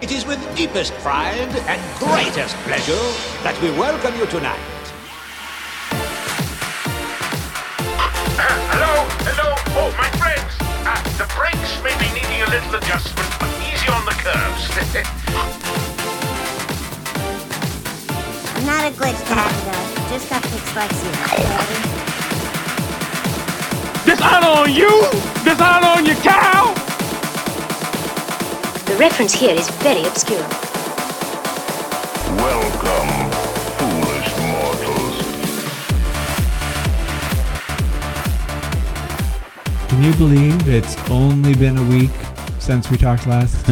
It is with deepest pride and greatest pleasure that we welcome you tonight. Hello, hello, oh, my friends. Uh, the brakes may be needing a little adjustment, but easy on the curves. Not a glitch to have though. Just got dyslexia. This not on you. This not on your cow. The reference here is very obscure. Welcome, foolish mortals. Can you believe it's only been a week since we talked last?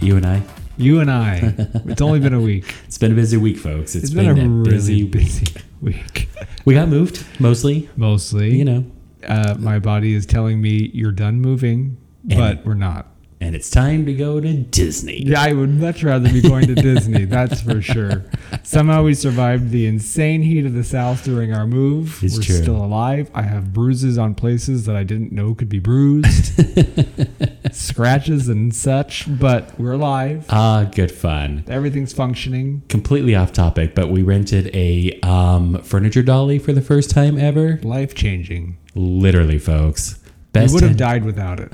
You and I. you and I. It's only been a week. It's been a busy week, folks. it's it's been, a a really busy, busy week. week. We got moved mostly. Mostly, You know, uh, my body is telling me you're done moving, but we're not. and it's time to go to Disney. Yeah, I would much rather be going to Disney. That's for sure. Somehow we survived the insane heat of the South during our move. It's we're true. still alive. I have bruises on places that I didn't know could be bruised, scratches and such, but we're alive. Ah, good fun. Everything's functioning. Completely off topic, but we rented a um, furniture dolly for the first time ever. life changing. Literally, folks. You Best would have ten- died without it.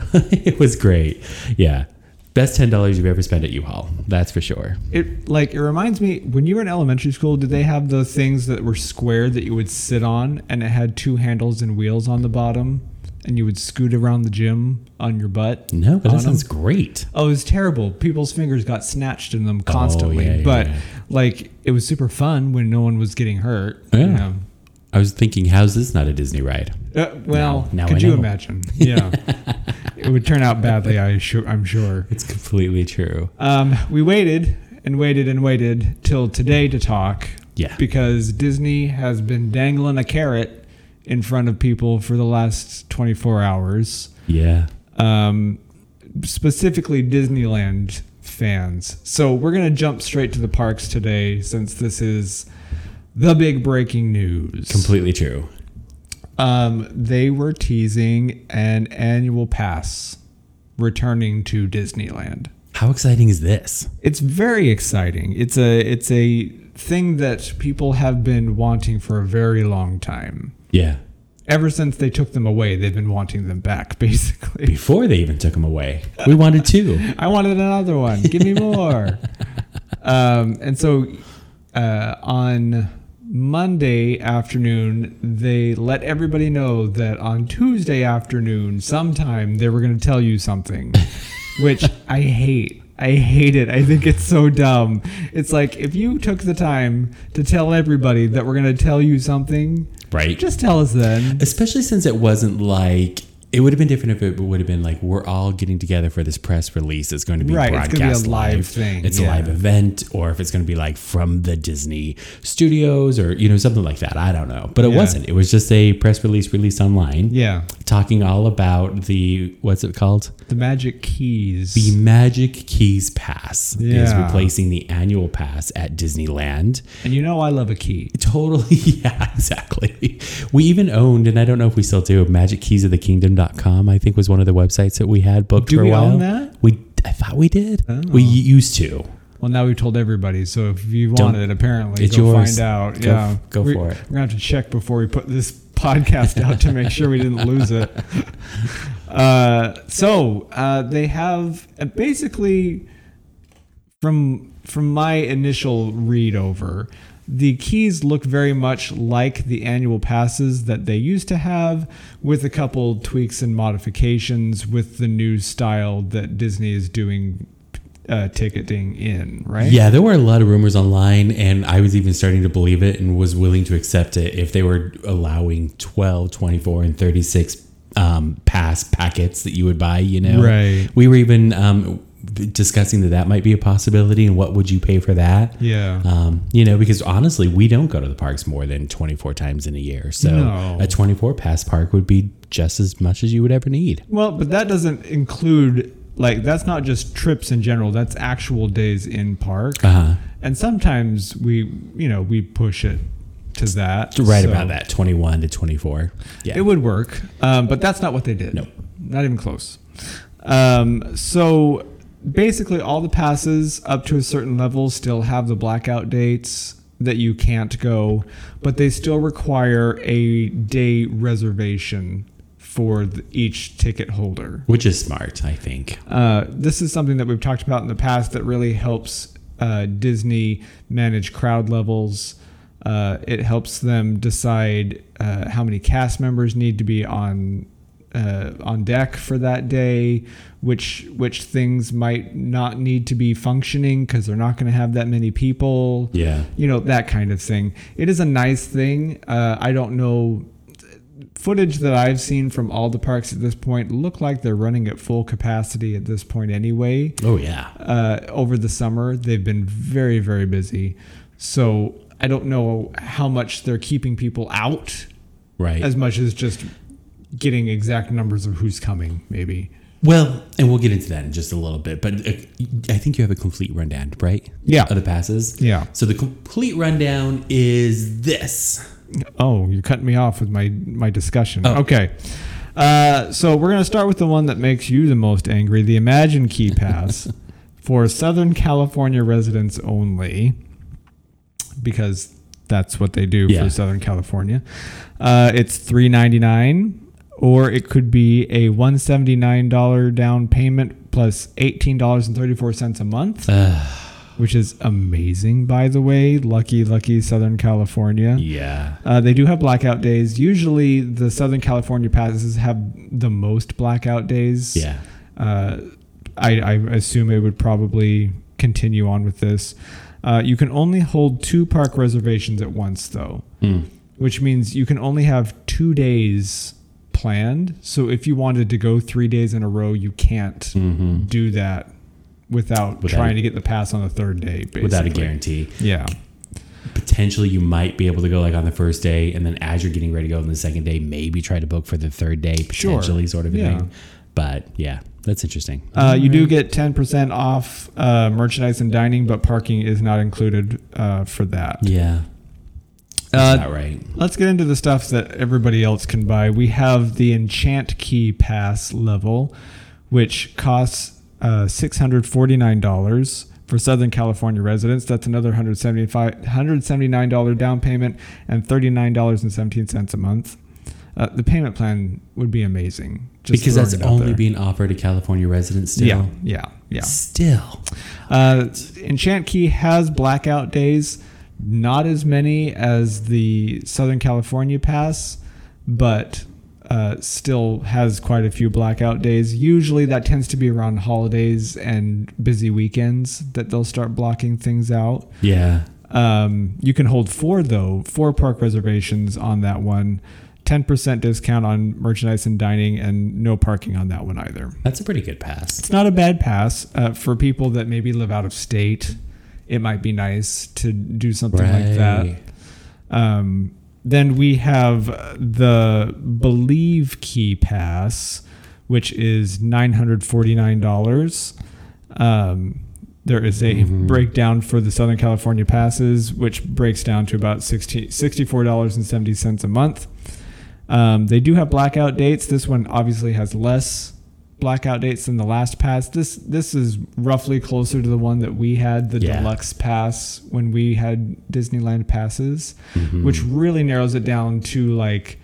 it was great. Yeah. Best ten dollars you've ever spent at U-Haul. That's for sure. It like it reminds me when you were in elementary school, did they have those things that were square that you would sit on and it had two handles and wheels on the bottom and you would scoot around the gym on your butt? No, but on that sounds them? great. Oh, it was terrible. People's fingers got snatched in them constantly. Oh, yeah, yeah, but yeah. like it was super fun when no one was getting hurt. you Yeah. know. I was thinking, how's this not a Disney ride? Uh, well, Now- now could you I know. imagine? Yeah. it would turn out badly, I sure, I'm sure. It's completely true. Um, we waited and waited and waited till today to talk. Yeah. Because Disney has been dangling a carrot in front of people for the last 24 hours. yeah. Um, specifically Disneyland fans. So we're going to jump straight to the parks today since this is the big breaking news. Completely true. Um, they were teasing an annual pass returning to Disneyland. How exciting is this? It's very exciting. It's a it's a thing that people have been wanting for a very long time. Yeah. Ever since they took them away, they've been wanting them back basically. Before they even took him away, we wanted two. I wanted another one. Give me more. um, and so uh, on Monday afternoon, they let everybody know that on Tuesday afternoon, sometime they were going to tell you something, which I hate. I hate it. I think it's so dumb. It's like if you took the time to tell everybody that we're going to tell you something, Right. Just tell us then. Especially since it wasn't like it would have been different if it would have been like we're all getting together for this press release. It's going to be Right, it's gonna be a broadcast live thing, It's yeah. a live event, or if it's going to be like from the Disney studios, or you know something like that. I don't know, but it Yeah. wasn't. It was just a press release released online. Yeah. talking all about the what's it called? The magic keys. The Magic Keys Pass is Yeah. replacing the annual pass at Disneyland. and you know I love a key. Totally. Yeah, exactly. We even owned, and I don't know if we still do, magickeysofthekingdom.com, I think was one of the websites that we had booked Do for a we while. own that? Oh. We, I thought we did. We used to. Well, now we've told everybody, so if you want Don't- it, apparently, it's go yours. find out. Go- yeah, go We- for it. We're gonna have to check before we put this podcast out to make sure we didn't lose it. Uh, so uh, they have uh, basically, from from my initial read over, the keys look very much like the annual passes that they used to have, with a couple tweaks and modifications with the new style that Disney is doing. Uh, ticketing in right Yeah, there were a lot of rumors online, and I was even starting to believe it and was willing to accept it if they were allowing 12, 24, and 36 um, pass packets that you would buy, you know? Right. We were even um, discussing that that might be a possibility and what would you pay for that? Yeah. Um, you know, because honestly, we don't go to the parks more than 24 times in a year. So No. a 24 pass park would be just as much as you would ever need. Well, but that doesn't include like that's not just trips in general. That's actual days in park. Uh-huh. And sometimes we, you know, we push it to that. Right so about that, 21 to 24. Yeah. It would work, um, but that's not what they did. No. not even close. Um, so basically all the passes up to a certain level still have the blackout dates that you can't go, but they still require a day reservation for the, each ticket holder. which is smart, I think. Uh, this is something that we've talked about in the past that really helps uh, Disney manage crowd levels. Uh, it helps them decide uh, how many cast members need to be on uh, on deck for that day, which which things might not need to be functioning because they're not going to have that many people. Yeah. you know that kind of thing. It is a nice thing. Uh, I don't know footage that I've seen from all the parks at this point look like they're running at full capacity at this point anyway. oh yeah, Uh, over the summer, they've been very, very busy. So I don't know how much they're keeping people out right. as much as just getting exact numbers of who's coming, maybe. well, and we'll get into that in just a little bit. But uh, I think you have a complete rundown, right? Yeah. Of the passes. Yeah. So the complete rundown is this. Oh, you're cutting me off with my my discussion. Oh. Okay. Uh, so we're gonna start with the one that makes you the most angry: the Imagine Key Pass for Southern California residents only, because that's what they do Yeah. for Southern California. Uh, it's three ninety nine, or it could be a one seventy nine dollar down payment plus eighteen dollars and thirty four cents a month. Which is amazing, by the way. Lucky, lucky Southern California. Yeah. Uh, they do have blackout days. Usually, the Southern California passes have the most blackout days. Yeah. Uh, I, I assume it would probably continue on with this. Uh, you can only hold two park reservations at once, though, Hmm. which means you can only have two days planned. So if you wanted to go three days in a row, you can't Mm-hmm. do that without, trying to get the pass on the third day. Basically. Without a guarantee. Yeah. potentially you might be able to go like on the first day and then as you're getting ready to go on the second day maybe try to book for the third day Sure. potentially sort of a Yeah. thing but yeah that's interesting Uh, you do get 10% off uh, merchandise and dining, but parking is not included uh, for that. yeah Uh, that's not right Let's get into the stuff that everybody else can buy. We have the Enchant Key Pass level, which costs uh, $649 for Southern California residents. That's another $175 $179 down payment and $39.17 a month. Uh, the payment plan would be amazing. just because that's throwing it out only there. being offered to california residents still Yeah, yeah, yeah. still Uh, Enchant Key has blackout days, not as many as the Southern California Pass, but uh, still has quite a few blackout days. Usually that tends to be around holidays and busy weekends that they'll start blocking things out. yeah Um, you can hold four though, four park reservations on that one. 10% discount on merchandise and dining, and no parking on that one either that's a pretty good pass it's not a bad pass uh, for people that maybe live out of state. It might be nice to do something like that. Right. Um, then we have the Believe Key Pass, which is nine hundred forty nine dollars. Um, there is a Mm-hmm. breakdown for the Southern California passes, which breaks down to about 16 $64.70 a month. Um, they do have blackout dates. This one obviously has less blackout dates than the last pass. This this is roughly closer to the one that we had, the Yeah. deluxe pass, when we had Disneyland passes, Mm-hmm. which really narrows it down to like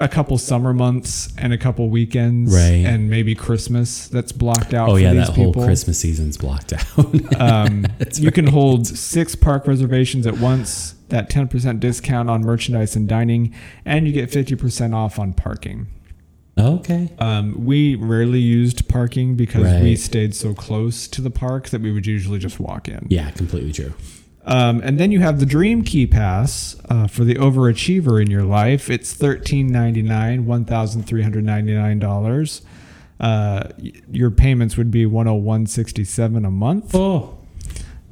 a couple summer months and a couple weekends Right. and maybe Christmas that's blocked out. oh for yeah these that whole people. christmas season's blocked out Um, you can hold six park reservations at once. That ten percent discount on merchandise and dining, and you get fifty percent off on parking. okay Um, we rarely used parking because we Right. stayed so close to the park that we would usually just walk in. yeah completely true Um, and then you have the Dream Key Pass uh, for the overachiever in your life. It's thirteen ninety nine, one thousand three hundred ninety nine dollars. Uh, y- your payments would be one hundred one sixty seven a month. oh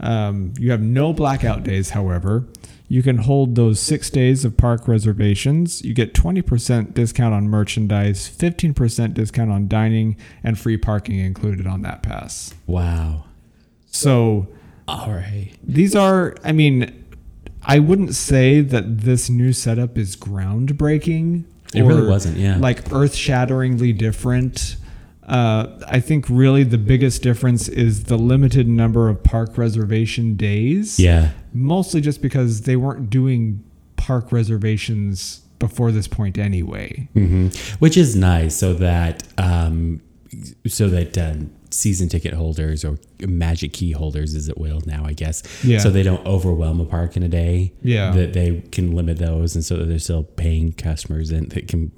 Um, you have no blackout days, however. You can hold those six days of park reservations. You get 20% discount on merchandise, 15% discount on dining, and free parking included on that pass. wow So all right these are, I mean, I wouldn't say that this new setup is groundbreaking. It really wasn't, yeah. Like earth shatteringly different. Uh, I think really the biggest difference is the limited number of park reservation days. Yeah. Mostly just because they weren't doing park reservations before this point anyway. which is nice so that um so that um, season ticket holders or magic key holders as it will now i guess Yeah. so they don't overwhelm a park in a day Yeah. that they can limit those and so that they're still paying customers and they can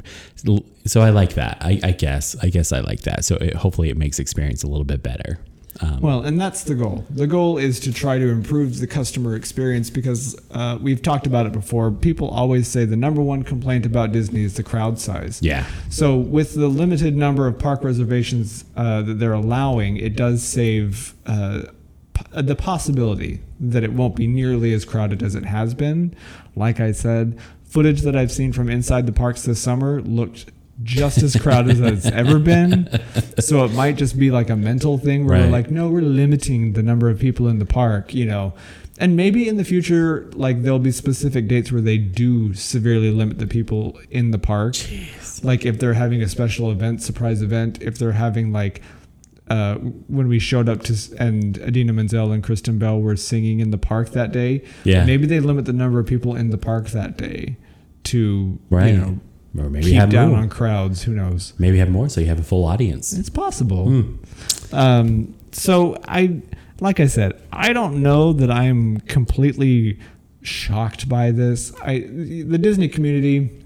so i like that i, I guess i guess i like that so it, hopefully it makes experience a little bit better Um, Well, and that's the goal. The goal is to try to improve the customer experience because uh, we've talked about it before. People always say the number one complaint about Disney is the crowd size. Yeah. So, with the limited number of park reservations uh, that they're allowing, it does save uh, p- the possibility that it won't be nearly as crowded as it has been. Like I said, footage that I've seen from inside the parks this summer looked just as crowded as it's ever been. So it might just be like a mental thing where we're Right. like, no, we're limiting the number of people in the park, you know. And maybe in the future, like there'll be specific dates where they do severely limit the people in the park. Like if they're having a special event, surprise event, if they're having like uh, when we showed up to s- and Adina Menzel and Kristen Bell were singing in the park that day. Yeah. Maybe they limit the number of people in the park that day to right you know or maybe keep have down more on crowds. Who knows? maybe have more so you have a full audience It's possible. Um, so I, like I said, I don't know that I'm completely shocked by this. I, the Disney community,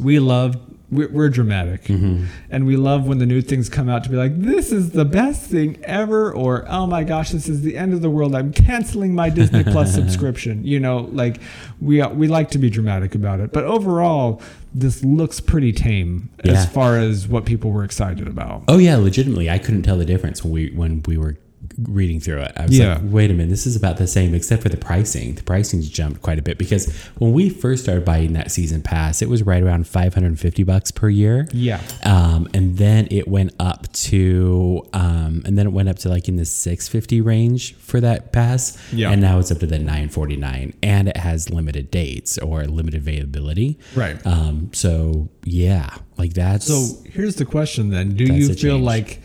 we love. We're, we're dramatic, and we love when the new things come out to be like, "This is the best thing ever," or "Oh my gosh, this is the end of the world. I'm canceling my Disney Plus subscription." You know, like we uh, we like to be dramatic about it, but overall, this looks pretty tame Yeah. as far as what people were excited about. Oh yeah, legitimately, I couldn't tell the difference when we when we were reading through it. I was Yeah. like, wait a minute, this is about the same except for the pricing. The pricing's jumped quite a bit because when we first started buying that season pass, it was right around 550 bucks per year. Yeah. Um, and then it went up to um, and then it went up to like in the 650 range for that pass. Yeah. And now it's up to the 949 and it has limited dates or limited availability. Right. Um, so yeah, like that's So here's the question then: Do That's you a feel change. like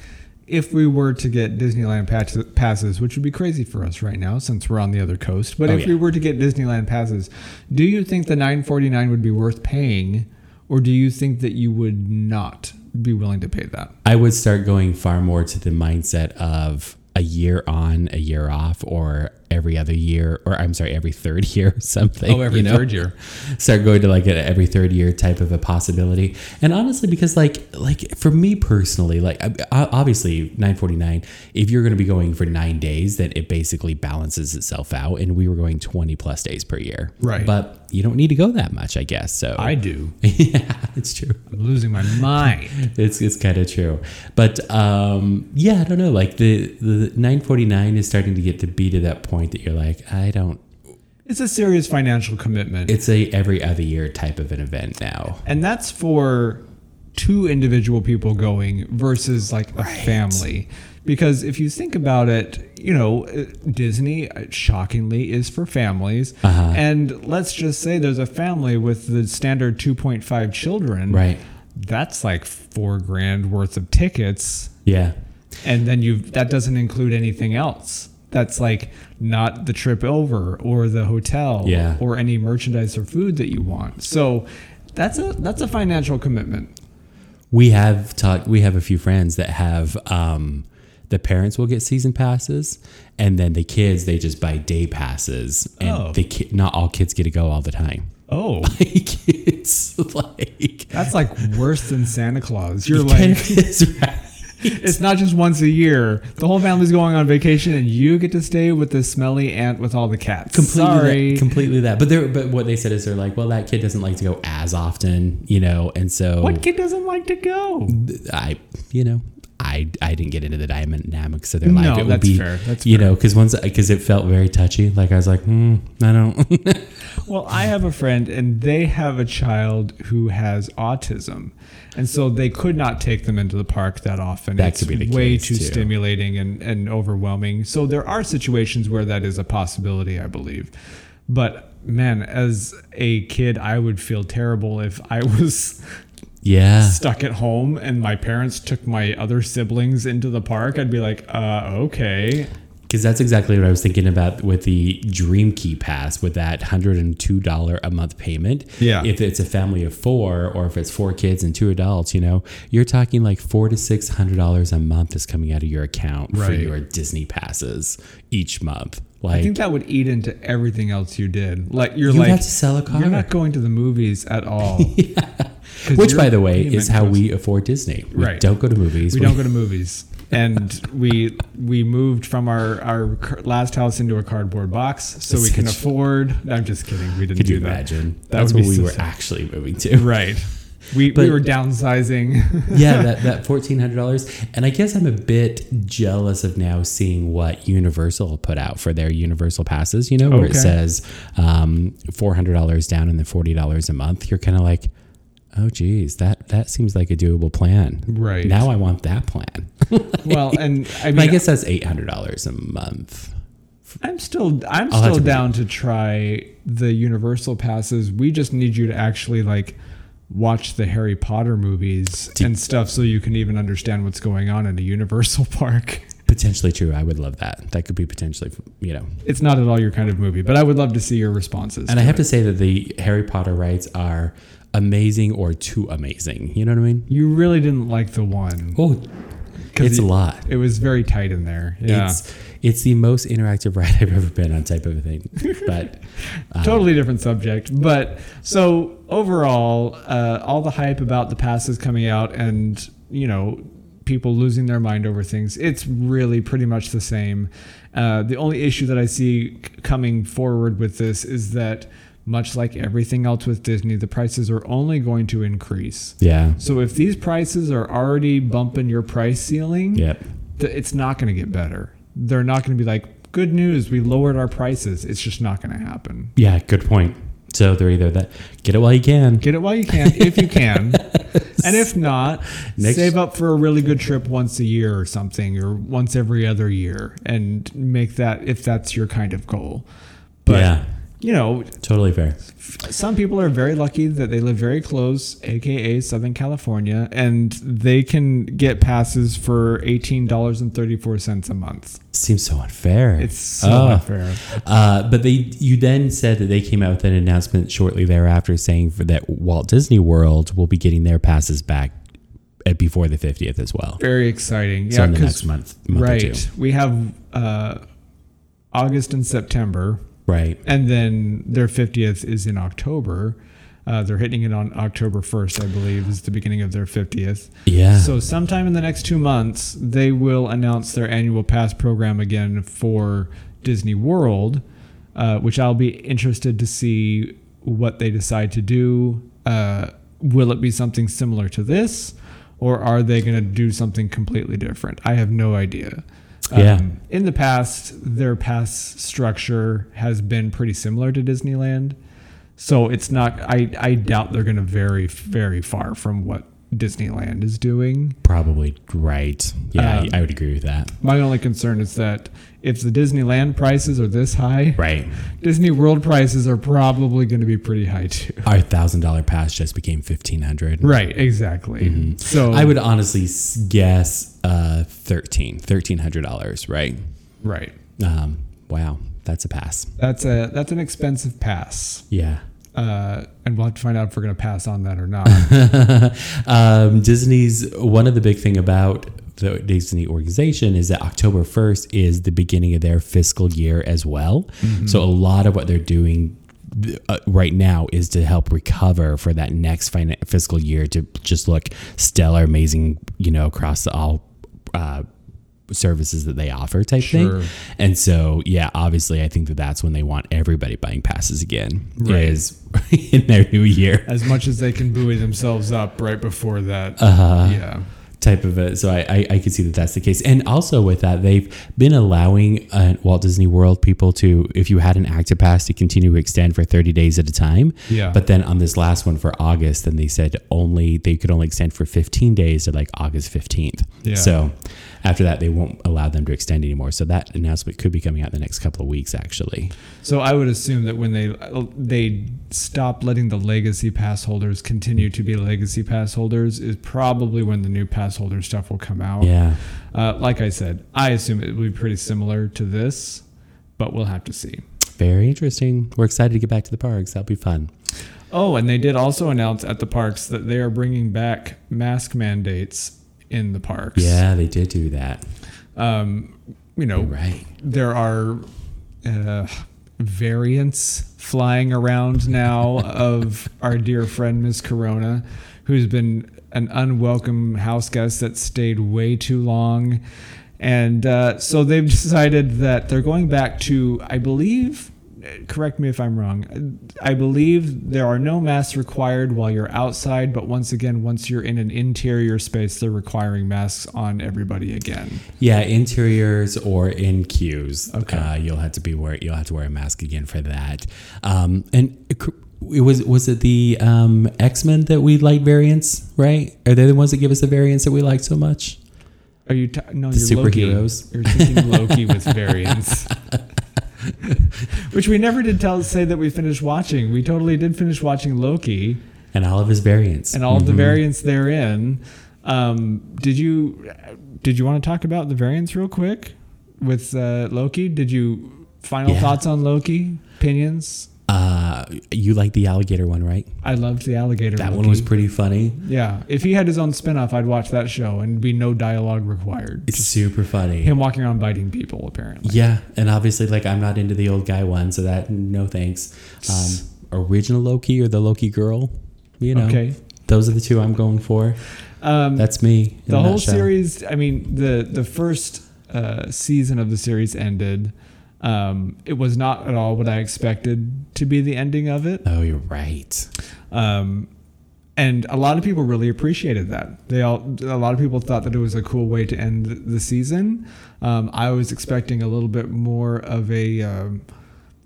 if we were to get Disneyland patch- passes, which would be crazy for us right now since we're on the other coast, but Oh, if yeah. we were to get Disneyland passes, do you think the 9.49 would be worth paying, or do you think that you would not be willing to pay that? I would start going far more to the mindset of a year on, a year off, or every other year, or I'm sorry, every third year or something. Oh, every third year. Start going to like an every third year type of a possibility. And honestly, because like like for me personally, like I- I- obviously 949, if you're going to be going for nine days, then it basically balances itself out. And we were going 20 plus days per year. Right. But you don't need to go that much, I guess. So do. yeah, it's true I'm losing my mind. it's it's kind of true but um yeah i don't know like the the 949 is starting to get to be to that point that you're like i don't It's a serious financial commitment. it's a every other year type of an event now and that's for two individual people going versus like a family because if you think about it you know uh, disney uh, shockingly is for families and let's just say there's a family with the standard 2.5 children Right. that's like four grand worth of tickets yeah and then you that doesn't include anything else that's like not the trip over or the hotel Yeah. or any merchandise or food that you want so that's a that's a financial commitment we have talked we have a few friends that have um the parents will get season passes and then the kids they just buy day passes and Oh. the ki- not all kids get to go all the time oh like it's like that's like worse than santa claus you're like it's right. it's not just once a year the whole family's going on vacation and you get to stay with this smelly aunt with all the cats completely Sorry. That, completely that. But they're but what they said is they're like, well, that kid doesn't like to go as often, you know, and so what kid doesn't like to go I, you know. I, I didn't get into the dynamics of their life. No, it would that's be, fair, that's you fair. know, because once because it felt very touchy. Like I was like, hmm, I don't. Well, I have a friend, and they have a child who has autism, and so they could not take them into the park that often. That it's could be the way case, too, too. stimulating and, and overwhelming. So there are situations where that is a possibility, I believe. But man, as a kid, I would feel terrible if I was Yeah. stuck at home and my parents took my other siblings into the park, I'd be like, uh, okay. Because that's exactly what I was thinking about with the Dream Key Pass, with that $102 a month payment. Yeah. If it's a family of four, or if it's four kids and two adults, you know, you're talking like four to six hundred dollars a month is coming out of your account for Right. your Disney passes each month. I Like, think that would eat into everything else you did. Like you're You'd like have to sell a car. You're not going to the movies at all. 'Cause which, your by the way, payment is how goes- we afford Disney. We Right. Don't go to movies. we don't go to movies. And we we moved from our our car- last house into a cardboard box, so we can Such- afford. I'm just kidding. We didn't Could do you that. imagine? That That's would what be we so were sad. actually moving to. Right. We, we But- were downsizing. yeah, that, that fourteen hundred dollars. And I guess I'm a bit jealous of now seeing what Universal put out for their Universal passes. You know, where it Okay. says um, four hundred dollars down and then forty dollars a month. You're kind of like, oh, geez, that that seems like a doable plan. Right. now, I want that plan. well, and I But I mean, guess that's eight hundred dollars a month. I'm still I'm still I'll have to visit. down to try the Universal passes. We just need you to actually like watch the Harry Potter movies and stuff so you can even understand what's going on in a Universal park. Potentially true. I would love that. That could be potentially, you know, It's not at all your kind of movie, but I would love to see your responses. And to I have it. to say that the Harry Potter rights are amazing or too amazing. You know what I mean? you really didn't like the one. Oh, 'Cause it's a it- lot. It was very tight in there. Yeah. It's it's the most interactive ride I've ever been on, type of a thing. But totally different subject but so overall uh, all the hype about the passes coming out and you know people losing their mind over things it's really pretty much the same uh, the only issue that i see c- coming forward with this is that much like everything else with disney the prices are only going to increase yeah, so if these prices are already bumping your price ceiling yep, th- it's not going to get better they're not going to be like good news we lowered our prices it's just not going to happen yeah. Good point. So they're either that get it while you can. Get it while you can, if you can. and if not, Next- save up for a really good trip once a year or something, or once every other year, and make that if that's your kind of goal. But, yeah, you know, totally fair. some people are very lucky that they live very close, aka Southern California, and they can get passes for $18.34 a month. Seems so unfair. It's so Oh. unfair. Uh, but they, you then said that they came out with an announcement shortly thereafter saying for that Walt Disney World will be getting their passes back at before the fiftieth as well. Very exciting. So yeah, in the 'cause- next month- month or right. two. We have uh, August and September. Right. and then their 50th is in October. Uh, they're hitting it on October 1st, I believe, is the beginning of their 50th. Yeah. So, sometime in the next two months, they will announce their annual pass program again for Disney World, uh, which I'll be interested to see what they decide to do. Uh, will it be something similar to this, or are they going to do something completely different? I have no idea. Um, Yeah. in the past, their pass structure has been pretty similar to Disneyland. So it's not, I, I doubt they're going to vary very far from what Disneyland is doing. Probably right. Yeah, Um, I, I would agree with that. My only concern is that if the Disneyland prices are this high, Right. Disney World prices are probably going to be pretty high too. Our thousand dollar pass just became fifteen hundred. Right, exactly. So Mm-hmm. I would honestly s- guess uh, thirteen, thirteen hundred dollars. Right. right. Um, wow, that's a pass. That's a that's an expensive pass, Yeah. uh, and we'll have to find out if we're going to pass on that or not. Um, Disney's one of the big thing about the Disney organization is that October 1st is the beginning of their fiscal year as well. So a lot of what they're doing th- uh, right now is to help recover for that next fin- fiscal year to just look stellar, amazing, you know, across the all uh, services that they offer type Sure. thing. And so, yeah, obviously I think that that's when they want everybody buying passes again is in their new year. as much as they can buoy themselves up right before that. Uh-huh. yeah. type of it. So I, I, I could see that that's the case. And also with that, they've been allowing uh, Walt Disney World people to, if you had an active pass, to continue to extend for 30 days at a time. Yeah. But then on this last one for August, then they said only they could only extend for 15 days to like August 15th. Yeah. So after that, they won't allow them to extend anymore. So that announcement could be coming out in the next couple of weeks, actually. So I would assume that when they they stop letting the legacy pass holders continue to be legacy pass holders is probably when the new pass holder stuff will come out. Yeah. Uh, like I said, I assume it will be pretty similar to this, but we'll have to see. Very interesting. We're excited to get back to the parks. That'll be fun. Oh, and they did also announce at the parks that they are bringing back mask mandates in the parks. Yeah, they did do that. You know, Right. there are uh, variants flying around now of our dear friend Miss Corona, who's been an unwelcome house guest that stayed way too long. And uh, so they've decided that they're going back to, I believe, correct me if I'm wrong, I believe there are no masks required while you're outside, but once again, once you're in an interior space, they're requiring masks on everybody again. Yeah, interiors or in queues. Okay, uh, you'll have to be wear you'll have to wear a mask again for that. Um, and it cou- it was was it the um, X Men that we like variants? Right? Are they the ones that give us the variants that we like so much? Are you ta- no? The you're Loki. superheroes. You're thinking Loki with variants, which we never did tell say that we finished watching. We totally did finish watching Loki And all of his variants. and all of the variants therein. Um, did you did you want to talk about the variants real quick with uh, Loki? Did you final Yeah. thoughts on Loki? Opinions? uh, you like the alligator one, right? I loved the alligator. That Loki. one was pretty funny. yeah. If he had his own spinoff, I'd watch that show and be no dialogue required. It's super funny. Him walking around biting people apparently. Yeah, and obviously, like I'm not into the old guy one, so that no thanks. Um, original Loki or the Loki girl, you know. Okay. Those are the two I'm going for. Um, That's me. in the a whole nutshell. series i mean the the first uh, season of the series ended um, it was not at all what i expected to be the ending of it Oh, you're right. um, and a lot of people really appreciated that they all a lot of people thought that it was a cool way to end the season um, i was expecting a little bit more of a um,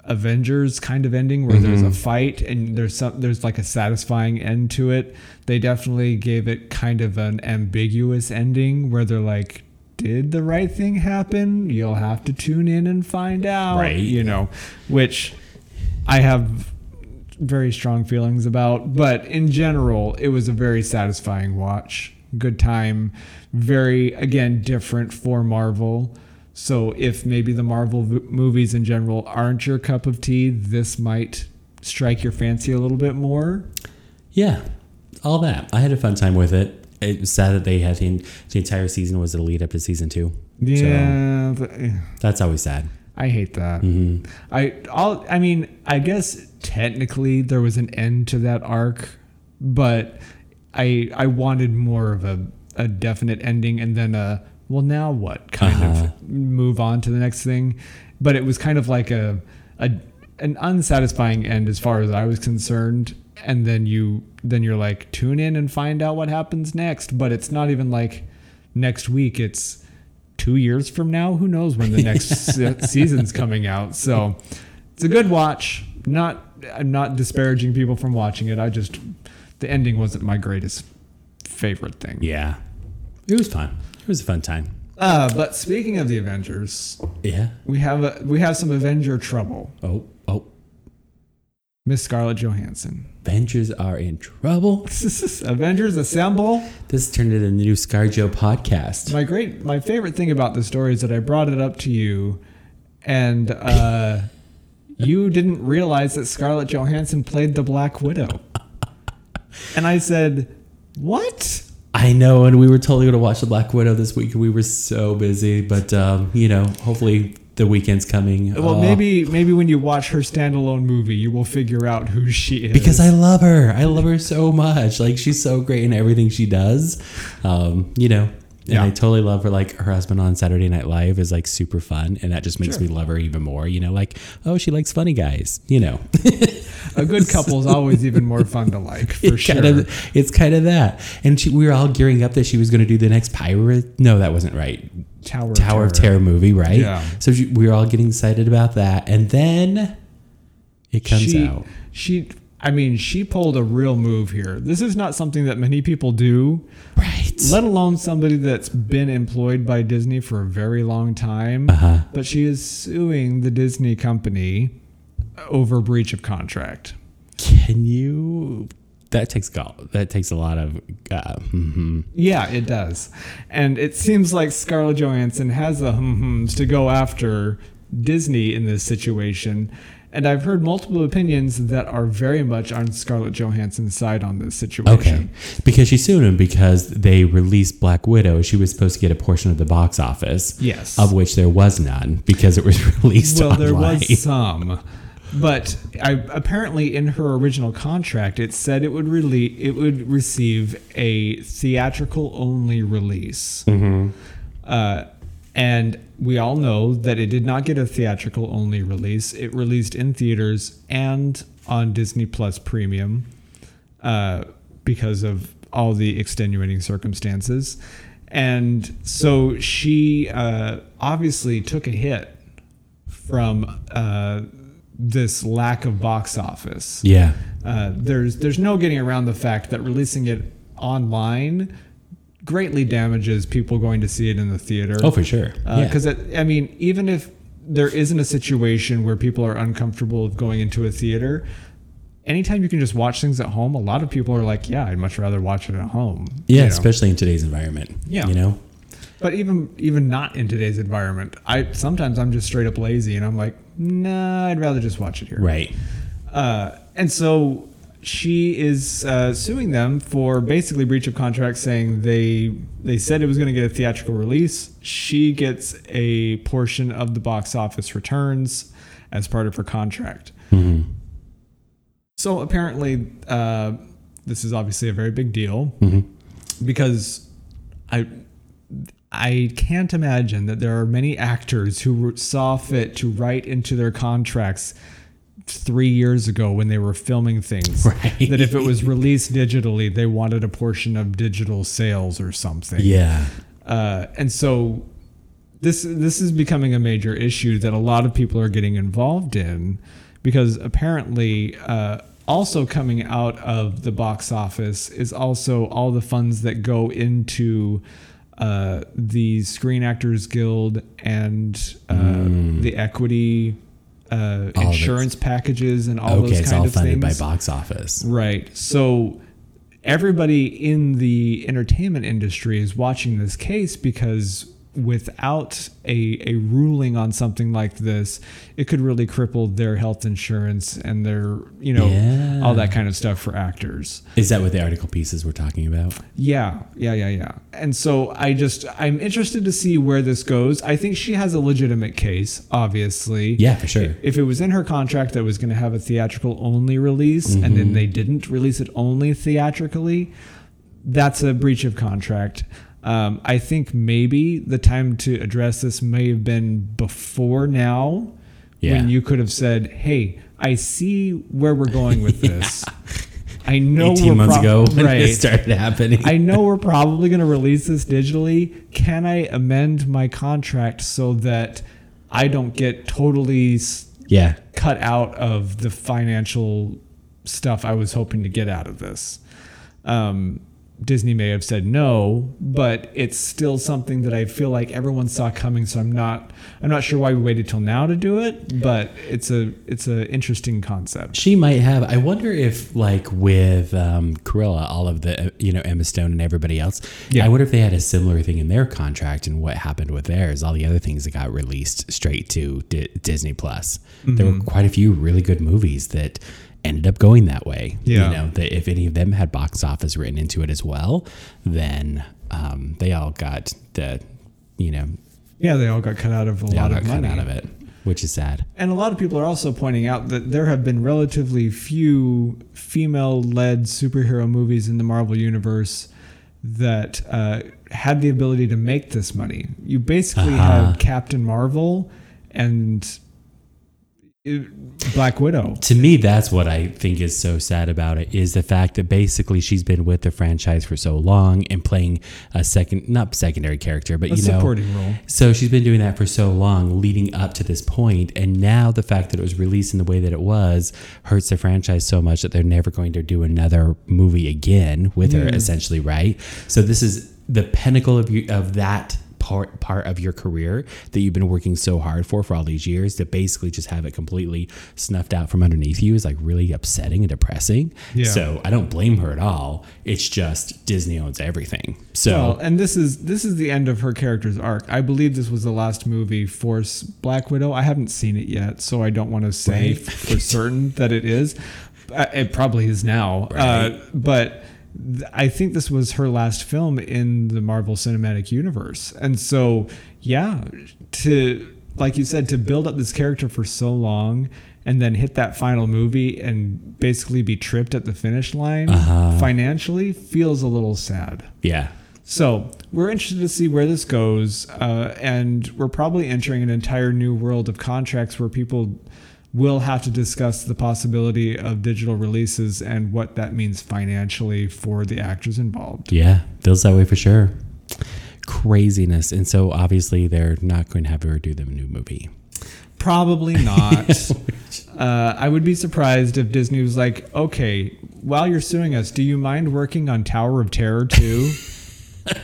Avengers kind of ending where there's a fight and there's some there's like a satisfying end to it. They definitely gave it kind of an ambiguous ending where they're like, "Did the right thing happen? You'll have to tune in and find out." Right. You know, which I have very strong feelings about, but in general, it was a very satisfying watch. Good time, very again different for Marvel. So if maybe the Marvel v- movies in general aren't your cup of tea, this might strike your fancy a little bit more. Yeah, all that. I had a fun time with it. It was sad that they had the, the entire season was the lead up to season two. Yeah, th- So that's always sad. I hate that. I all I mean, I guess technically there was an end to that arc, but I I wanted more of a, a definite ending and then a well now what kind of move on to the next thing. But it was kind of like a, a an unsatisfying end as far as I was concerned. And then you then you're like, tune in and find out what happens next. But it's not even like next week, it's two years from now. Who knows when the next se- season's coming out? So it's a good watch. Not I'm not disparaging people from watching it. I just the ending wasn't my greatest favorite thing. Yeah, it was fun. It was a fun time. Uh, but speaking of the Avengers, Yeah. we have a, we have some Avenger trouble. Oh, oh. Miss Scarlett Johansson. Avengers are in trouble. Avengers Assemble. This turned into the new ScarJo podcast. My great, my favorite thing about the story is that I brought it up to you, and uh, you didn't realize that Scarlett Johansson played the Black Widow. And I said, "What? I know, and we were totally going to watch the Black Widow this week, and we were so busy. But um, you know, hopefully the weekend's coming. Well, Oh, maybe, maybe when you watch her standalone movie, you will figure out who she is." because I love her. I love her so much. Like she's so great in everything she does. Um, you know, and Yeah. I totally love her. Like her husband on Saturday Night Live is like super fun, and that just makes me love her even more. You know, like oh, she likes funny guys. You know, a good couple is always even more fun to like, for It's sure. kind of, it's kind of that. And she, we were all gearing up that she was going to do the next pirate. No, that wasn't right. Tower of Tower of Terror movie, right? Yeah. So she, we were all getting excited about that, and then it comes she, out. She, I mean, she pulled a real move here. This is not something that many people do, Right. let alone somebody that's been employed by Disney for a very long time. Uh-huh. But she is suing the Disney company over breach of contract. Can you? That takes gall. That takes a lot of. Uh, mhm. Yeah, it does. And it seems like Scarlett Johansson has the hums to go after Disney in this situation. And I've heard multiple opinions that are very much on Scarlett Johansson's side on this situation. Okay, because she sued him because they released Black Widow. She was supposed to get a portion of the box office. Yes. Of which there was none because it was released Well, there online. was some, but I, apparently in her original contract, it said it would rele- it would receive a theatrical only release. Uh, and we all know that it did not get a theatrical only release. It released in theaters and on Disney Plus Premium uh, because of all the extenuating circumstances. And so she uh, obviously took a hit from uh, this lack of box office. Yeah. Uh, there's there's no getting around the fact that releasing it online greatly damages people going to see it in the theater. Oh, for sure. yeah. Because Uh, I mean, even if there isn't a situation where people are uncomfortable of going into a theater, anytime you can just watch things at home, a lot of people are like, "Yeah, I'd much rather watch it at home." you yeah, know? especially in today's environment. Yeah. You know. But even even not in today's environment, I sometimes I'm just straight up lazy and I'm like, "Nah, I'd rather just watch it here." Right. Uh, and so she is uh, suing them for basically breach of contract, saying they they said it was going to get a theatrical release. She gets a portion of the box office returns as part of her contract. So apparently, uh, this is obviously a very big deal because I I can't imagine that there are many actors who were- saw fit to write into their contracts three years ago when they were filming things Right. that if it was released digitally, they wanted a portion of digital sales or something. Yeah. Uh, and so this this is becoming a major issue that a lot of people are getting involved in because apparently uh, also coming out of the box office is also all the funds that go into uh, the Screen Actors Guild and uh, Mm. the equity uh, that's- insurance packages and all okay, those it's kind all of funded things. by box office. Right. So everybody in the entertainment industry is watching this case because without a, a ruling on something like this, it could really cripple their health insurance and their, you know, Yeah. all that kind of stuff for actors. Is that what the article pieces were talking about? Yeah, yeah, yeah, yeah. And so I just I'm interested to see where this goes. I think she has a legitimate case, obviously. Yeah, for sure. If it was in her contract that was going to have a theatrical only release and Mm-hmm. then they didn't release it only theatrically, that's a breach of contract. Um, I think maybe the time to address this may have been before now Yeah. when you could have said, hey, I see where we're going with this. I know 18 we're months prob- ago when right. it started happening. I know we're probably going to release this digitally. Can I amend my contract so that I don't get totally s- yeah. cut out of the financial stuff I was hoping to get out of this? Um, Disney may have said no, but it's still something that I feel like everyone saw coming. So I'm not, I'm not sure why we waited till now to do it. But it's a, it's an interesting concept. She might have. I wonder if, like, with um, Cruella, all of the, uh, you know, Emma Stone and everybody else, Yeah. I wonder if they had a similar thing in their contract and what happened with theirs, all the other things that got released straight to D- Disney Plus. There Mm-hmm. were quite a few really good movies that ended up going that way. Yeah. You know, that if any of them had box office written into it as well, then um, they all got the, you know, Yeah, they all got cut out of a they all lot got of cut money. out of it, which is sad. And a lot of people are also pointing out that there have been relatively few female led superhero movies in the Marvel Universe that uh, had the ability to make this money. You basically have Captain Marvel and uh, Black Widow. to me that's what i think is so sad about it is the fact that basically she's been with the franchise for so long and playing a second not secondary character but A you know supporting role. so she's been doing that for so long leading up to this point and now the fact that it was released in the way that it was hurts the franchise so much that they're never going to do another movie again with Mm. her essentially right so this is the pinnacle of you of that part part of your career that you've been working so hard for for all these years to basically just have it completely snuffed out from underneath you is like really upsetting and depressing. Yeah. So I don't blame her at all. It's just Disney owns everything. So Well, and this is this is the end of her character's arc. I believe this was the last movie for S- Black Widow. I haven't seen it yet, so I don't want to say Right. f- for certain that it is. Uh, It probably is now, uh, but th- I think this was her last film in the Marvel Cinematic Universe, and so yeah, to like you said, to build up this character for so long. And then hit that final movie and basically be tripped at the finish line Uh-huh. financially feels a little sad. yeah. So we're interested to see where this goes, uh, and we're probably entering an entire new world of contracts where people will have to discuss the possibility of digital releases and what that means financially for the actors involved. Yeah, feels that way for sure. Craziness. And so obviously they're not going to have her do the new movie. Probably not. uh, I would be surprised if Disney was like, "Okay, while you're suing us, do you mind working on Tower of Terror too?"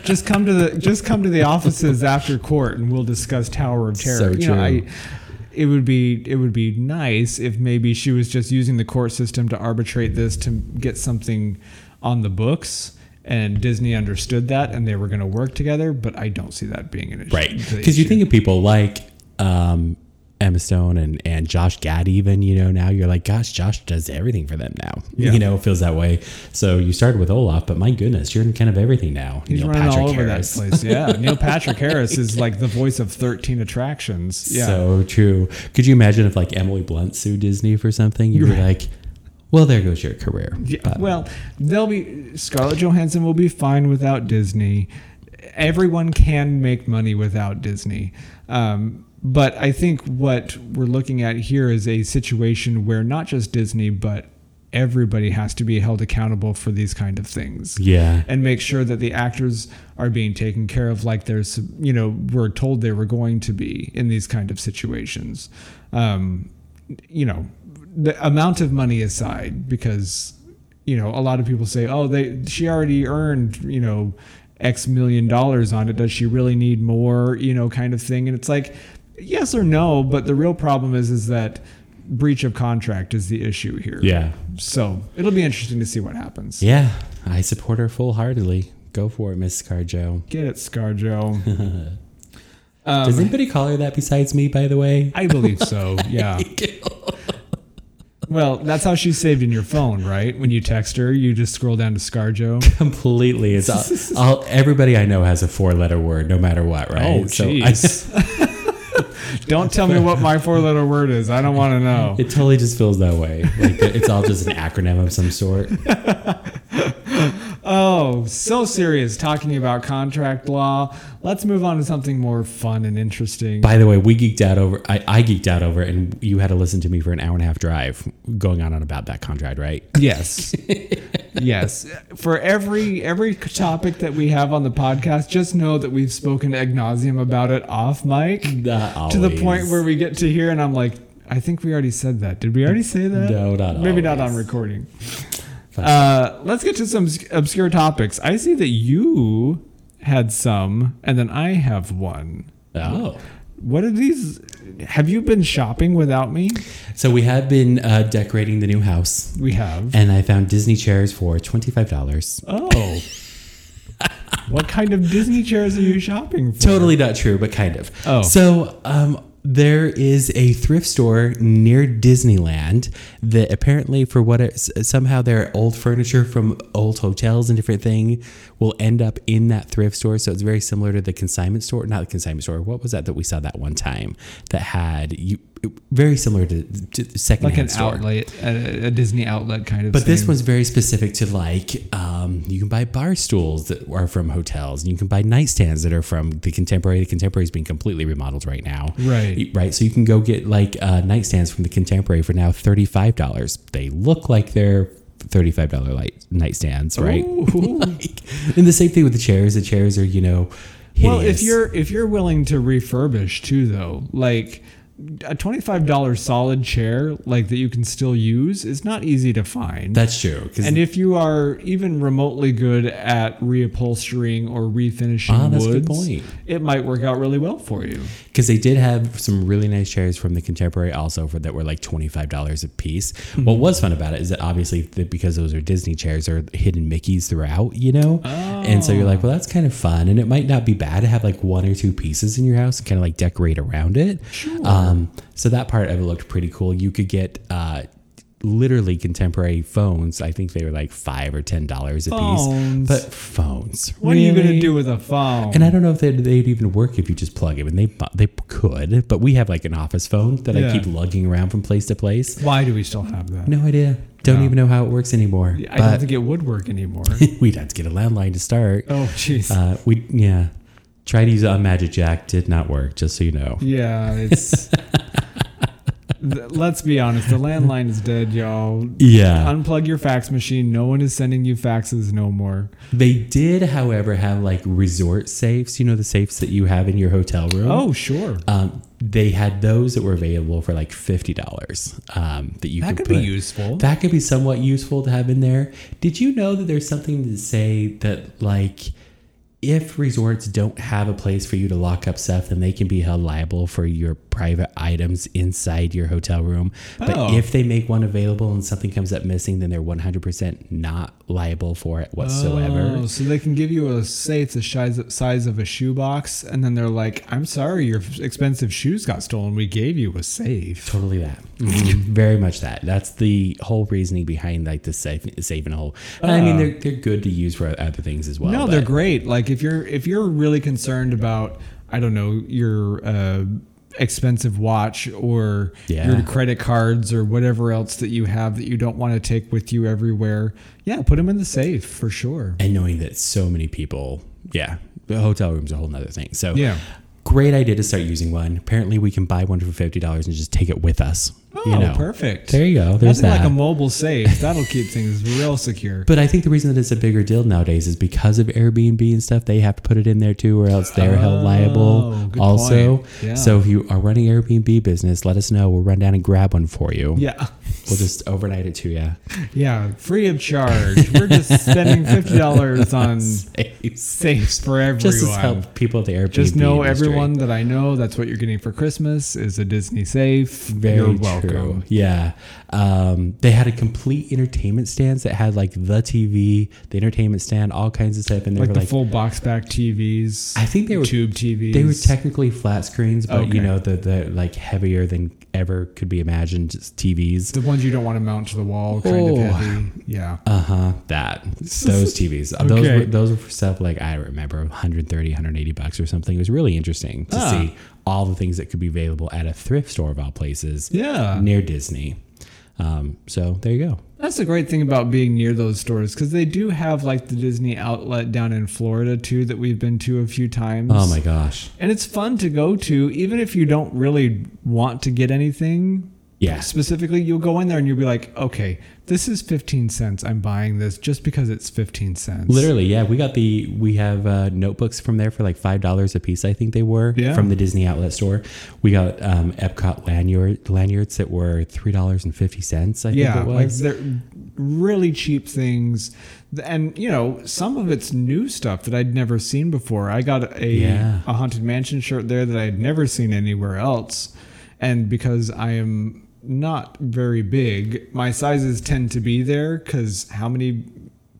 Just come to the just come to the offices after court, and we'll discuss Tower of Terror. So true. it would be it would be nice if maybe she was just using the court system to arbitrate this to get something on the books, and Disney understood that, and they were going to work together. But I don't see that being an issue. Right. the Because you issue. think of people like um, Emma Stone and, and Josh Gad, even, you know, now you're like, gosh, Josh does everything for them now. Yeah. You know, it feels that way. So you started with Olaf, but my goodness, you're in kind of everything now. He's Neil running all over Harris. that place. Yeah, Neil Patrick Harris is like the voice of thirteen attractions. Yeah, So true. Could you imagine if like Emily Blunt sued Disney for something? You'd be like, well, there goes your career. Yeah, But- well, they'll be Scarlett Johansson will be fine without Disney. Everyone can make money without Disney. Um, but I think what we're looking at here is a situation where not just Disney, but everybody has to be held accountable for these kind of things. Yeah. and make sure that the actors are being taken care of like they're s- you know were told they were going to be in these kind of situations um, you know the amount of money aside because you know a lot of people say oh they she already earned you know x million dollars on it does she really need more you know kind of thing and it's like yes or no but the real problem is is that breach of contract is the issue here Yeah. so it'll be interesting to see what happens Yeah, I support her full heartedly. Go for it, Miss Carjo. Get it, ScarJo. Um, Does anybody call her that besides me, by the way? I believe so. Yeah. Well, that's how she's saved in your phone, right? When you text her, you just scroll down to ScarJo. Completely. It's all, all, everybody I know has a four letter word, no matter what, right? Oh, I- jeez. Don't tell me what my four-letter word is. I don't want to know. it totally just feels that way. Like it's all just an acronym of some sort. Oh, so serious talking about contract law. Let's move on to something more fun and interesting. By the way, we geeked out over. I, I geeked out over, it and you had to listen to me for an hour and a half drive going on and about that contract, right? Yes. yes. For every every topic that we have on the podcast, just know that we've spoken ad nauseum about it off mic. Not To the point always. where we get to here and I'm like, I think we already said that. Did we already say that? No, not Maybe not always. on recording. Uh, let's get to some obs- obscure topics. I see that you had some, and then I have one. Oh. What are these? Have you been shopping without me? So we have been uh, decorating the new house, We have. and I found Disney chairs for twenty five dollars. Oh. what kind of Disney chairs are you shopping for? Totally not true, but kind of. Oh. So um, there is a thrift store near Disneyland that apparently, for what it's somehow their old furniture from old hotels and different thing will end up in that thrift store. So it's very similar to the consignment store, not the consignment store. What was that that we saw that one time that had you very similar to, to secondhand like an store. outlet, a, a Disney outlet kind of. But this thing. one's very specific to like um, you can buy bar stools that are from hotels, and you can buy nightstands that are from the contemporary. The contemporary's being completely remodeled right now, Right. You- Right. So you can go get like uh, nightstands from the contemporary for now thirty five dollars. They look like they're thirty five dollar light nightstands, right? Like- and the same thing with the chairs. The chairs are you know. Well, if hideous. you're if you're willing to refurbish too, though, like a twenty five dollar solid chair, like that you can still use, is not easy to find. that's true, 'cause- and if you are even remotely good at reupholstering or refinishing Ah, that's a woods, good point. it might work out really well for you. because they did have some really nice chairs from the contemporary also for that were like $25 a piece what Hmm. was fun about it is that obviously that because those are disney chairs there are hidden mickeys throughout you know and so you're like well that's kind of fun and it might not be bad to have like one or two pieces in your house and kind of like decorate around it sure. um, so that part of it looked pretty cool you could get uh, literally contemporary phones i think they were like five or ten dollars a Phones. piece but phones What are you going to really? do with a phone? And I don't know if they'd, they'd even work if you just plug them. And they they could, but we have like an office phone that Yeah. I keep lugging around from place to place. Why do we still have that? No idea. Don't even know how it works anymore. I but don't think it would work anymore. we'd have to get a landline to start. oh, jeez. Uh, we yeah. Tried to use a magic jack, did not work. Just so you know. yeah, it's. Th- Let's be honest. The landline is dead, y'all. Yeah. unplug your fax machine. No one is sending you faxes no more. they did, however, have like resort safes. You know the safes that you have in your hotel room. Oh, sure. Um, they had those that were available for like fifty dollars. Um, that you That could could be put- useful. That could be somewhat useful to have in there. Did you know that there's something to say that like if resorts don't have a place for you to lock up stuff, then they can be held liable for your private items inside your hotel room. But Oh. if they make one available and something comes up missing, then they're 100% not liable for it whatsoever. Oh, so they can give you a safe the size size of a shoebox, and then they're like, "I'm sorry, your expensive shoes got stolen. We gave you a safe." Totally that. Very much that. That's the whole reasoning behind like the safe, safe and whole. I mean, they're, they're good to use for other things as well. No, they're but- great. Like if you're if you're really concerned about, I don't know, your uh, expensive watch or Yeah. your credit cards or whatever else that you have that you don't want to take with you everywhere, yeah, put them in the safe for sure. and knowing that so many people, yeah, the hotel room's a whole nother thing. So, Yeah. great idea to start using one. Apparently, we can buy one for fifty dollars and just take it with us. Oh, you know. perfect. There you go. There's Nothing that. like a mobile safe. That'll keep things real secure. but I think the reason that it's a bigger deal nowadays is because of Airbnb and stuff. They have to put it in there too, or else they're held liable. Oh, good Also, point. Yeah. so if you are running Airbnb business, let us know. We'll run down and grab one for you. yeah. we'll just overnight it to you. Yeah. Free of charge. We're just spending fifty dollars on safes for everyone. Mm. Just to help people at the Airbnb. Just know industry. everyone that I know, that's what you're getting for Christmas is a Disney safe. Very you're true. Yeah. Um, they had a complete entertainment stands that had like the TV, the entertainment stand, all kinds of stuff. And they Like were the like, full box back TVs. I think they were tube TVs. They were technically flat screens, but Okay. you know, the, the like heavier than ever could be imagined TVs. the ones you don't want to mount to the wall, kind of Oh. heavy. Yeah. Uh huh. That those TVs. Those Okay. were those were for stuff like I remember 130, 180 bucks or something. It was really interesting to Ah. see all the things that could be available at a thrift store of all places. Yeah. Near Disney. Um, so there you go. That's the great thing about being near those stores because they do have like the Disney outlet down in Florida too that we've been to a few times. Oh my gosh. And it's fun to go to, even if you don't really want to get anything Yeah. specifically. You'll go in there and you'll be like, okay, this is 15 cents. I'm buying this just because it's 15 cents. Literally, yeah. We got the we have uh, notebooks from there for like five dollars a piece. I think they were Yeah. from the Disney outlet store. We got um, Epcot lanyard lanyards that were three dollars and fifty cents. I Yeah, think it like was. they're really cheap things, and you know some of it's new stuff that I'd never seen before. I got a Yeah. a haunted mansion shirt there that I had never seen anywhere else, and because I am not very big, my sizes tend to be there because how many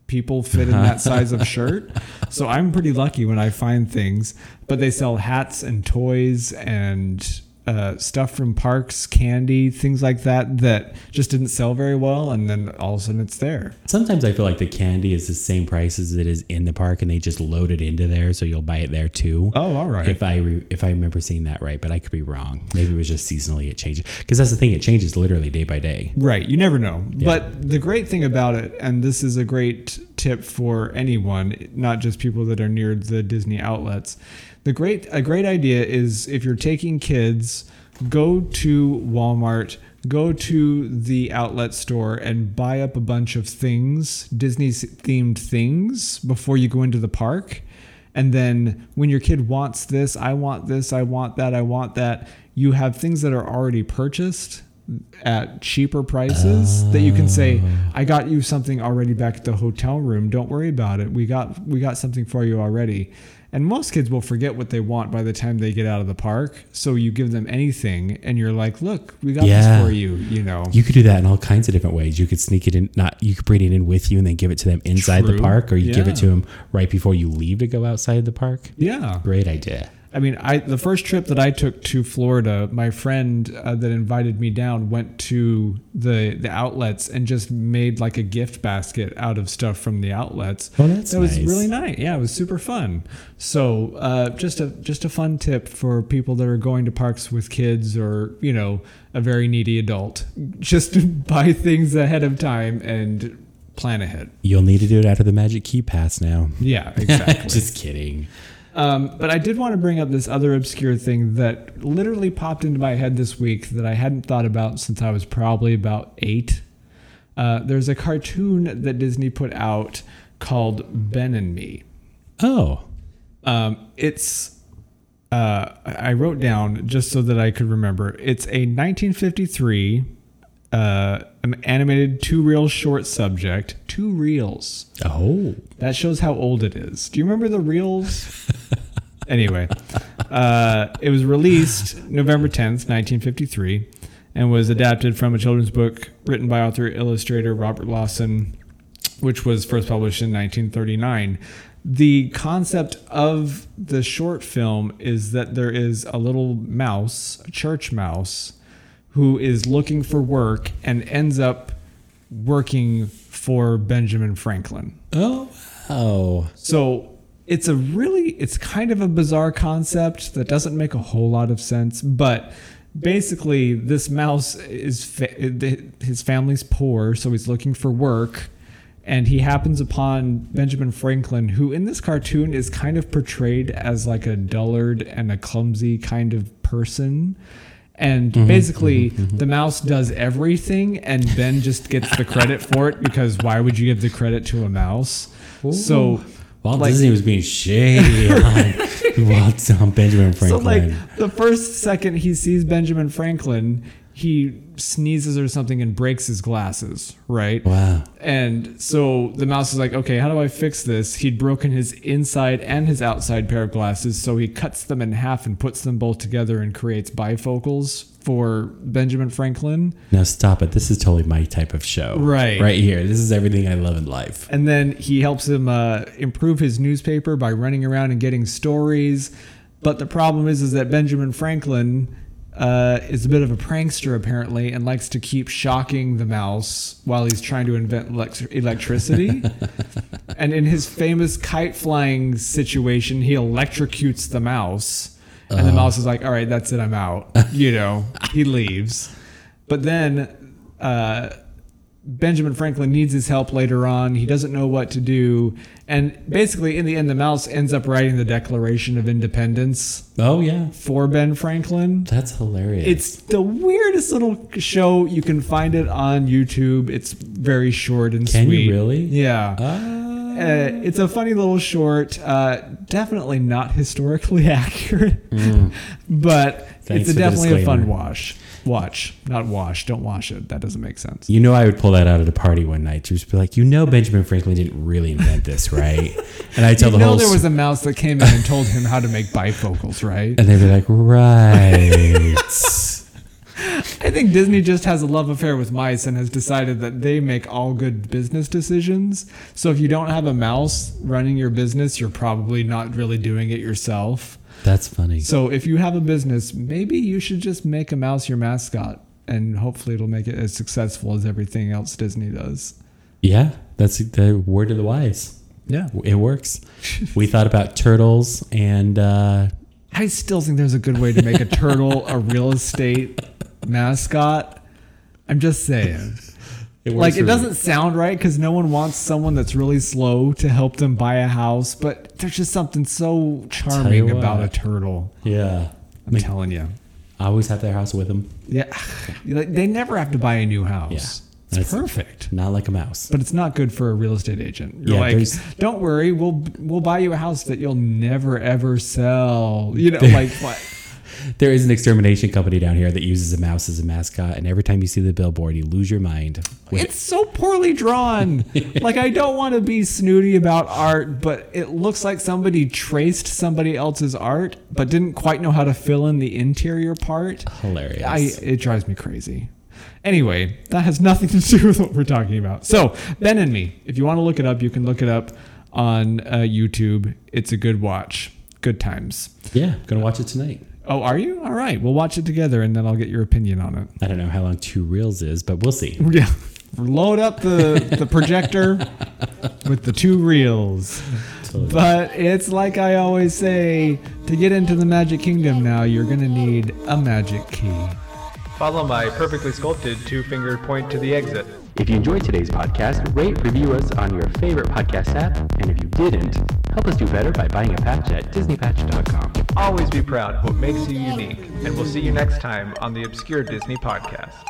people fit in that size of shirt? So I'm pretty lucky when I find things. But they sell hats and toys and. uh, stuff from parks, candy, things like that that just didn't sell very well, and then all of a sudden it's there. Sometimes I feel like the candy is the same price as it is in the park, and they just load it into there, so you'll buy it there too. Oh, all right. If I re- if I remember seeing that right, but I could be wrong. Maybe it was just seasonally it changes because that's the thing; it changes literally day by day. Right. You never know. But the great thing about it, and this is a great tip for anyone, not just people that are near the Disney outlets. The great a great idea is if you're taking kids, go to Walmart, go to the outlet store and buy up a bunch of things, Disney themed things before you go into the park. And then when your kid wants this, I want this, I want that, I want that, you have things that are already purchased at cheaper prices that you can say I got you something already back at the hotel room don't worry about it we got we got something for you already and most kids will forget what they want by the time they get out of the park so you give them anything and you're like look we got Yeah. this for you you know You could do that in all kinds of different ways. You could sneak it in, not you could bring it in with you and then give it to them inside True. the park, or you give it Yeah. to them right before you leave to go outside the park. yeah Great idea. I mean, I the first trip that I took to Florida, my friend uh, that invited me down went to the the outlets and just made like a gift basket out of stuff from the outlets. Oh, that's it was nice. really nice. Yeah, it was super fun. So uh, just a just a fun tip for people that are going to parks with kids or you know a very needy adult. Just buy things ahead of time and plan ahead. You'll need to do it after the Magic Key Pass now. Yeah, exactly. Just kidding. But I did want to bring up this other obscure thing that literally popped into my head this week that I hadn't thought about since I was probably about eight. Uh, there's a cartoon that Disney put out called Ben and Me. Oh, Um, it's, uh, I wrote down just so that I could remember, it's a 1953 uh, an animated two reel short subject, two reels. oh, That shows how old it is. Do you remember the reels? anyway, uh, it was released November 10th, 1953, and was adapted from a children's book written by author illustrator Robert Lawson, which was first published in 1939. The concept of the short film is that there is a little mouse, a church mouse, who is looking for work and ends up working for Benjamin Franklin. oh, oh. So it's a really, it's kind of a bizarre concept that doesn't make a whole lot of sense. But basically, this mouse is fa- his family's poor, so he's looking for work. And he happens upon Benjamin Franklin, who in this cartoon is kind of portrayed as like a dullard and a clumsy kind of person. And basically, the mouse does everything, and Ben just gets the credit for it because why would you give the credit to a mouse? So Walt Like- Disney was being shady on, Walt, on Benjamin Franklin. So like the first second he sees Benjamin Franklin, he sneezes or something and breaks his glasses, right? Wow. And so the mouse is like, okay, how do I fix this? He'd broken his inside and his outside pair of glasses, so he cuts them in half and puts them both together and creates bifocals for Benjamin Franklin. now stop it. This is totally my type of show. Right. Right here. This is everything I love in life. And then he helps him uh, improve his newspaper by running around and getting stories. But the problem is, is that Benjamin Franklin uh, is a bit of a prankster apparently, and likes to keep shocking the mouse while he's trying to invent elec- electricity. and in his famous kite flying situation, he electrocutes the mouse, and the mouse is like, "All right, that's it, I'm out." You know, he leaves. But then uh, Benjamin Franklin needs his help later on. He doesn't know what to do, and basically, in the end, the mouse ends up writing the Declaration of Independence Oh, yeah. for Ben Franklin. That's hilarious. It's the weirdest little show. You can find it on YouTube. It's very short and Can you sweet. really? Yeah. Uh, it's a funny little short. Uh, definitely not historically accurate, but Hmm. Thanks it's a for the definitely a fun disclaimer. wash. Watch, not wash. Don't wash it. That doesn't make sense. You know, I would pull that out at a party one night to just be like, you know, Benjamin Franklin didn't really invent this, right? and I tell You the know whole, there s- was a mouse that came in and told him how to make bifocals, right? and they'd be like, right. I think Disney just has a love affair with mice and has decided that they make all good business decisions. So if you don't have a mouse running your business, you're probably not really doing it yourself. That's funny. So if you have a business, maybe you should just make a mouse your mascot, and hopefully it'll make it as successful as everything else Disney does. Yeah, that's the word of the wise. Yeah, It works. we thought about turtles and uh, I still think there's a good way to make a turtle a real estate mascot. I'm just saying. it works Like for it me. doesn't sound right because no one wants someone that's really slow to help them buy a house, but there's just something so charming what. about a turtle. Yeah, I'm Like, telling you. I always have their house with them. Yeah, Like, they never have to buy a new house. Yeah, It's that's- perfect. Not like a mouse. But it's not good for a real estate agent. You're Yeah, there's- like, don't worry, we'll we'll buy you a house that you'll never ever sell. You know, like what? There is an extermination company down here that uses a mouse as a mascot, and every time you see the billboard, you lose your mind. With It's so poorly drawn. like I don't want to be snooty about art, but it looks like somebody traced somebody else's art, but didn't quite know how to fill in the interior part. hilarious. I it drives me crazy. Anyway, that has nothing to do with what we're talking about. So Ben and me, if you want to look it up, you can look it up on uh, YouTube. It's a good watch. Good times. yeah, gonna watch it tonight. Oh, are you? All right. We'll watch it together, and then I'll get your opinion on it. I don't know how long two reels is, but we'll see. Yeah. Load up the, the projector with the two reels. But it's like I always say to get into the Magic Kingdom now, you're going to need a magic key. Follow my perfectly sculpted two finger point to the exit. If you enjoyed today's podcast, rate, review us on your favorite podcast app, and if you didn't, help us do better by buying a patch at disneypatch.com. Always be proud of what makes you unique, and we'll see you next time on the Obscure Disney Podcast.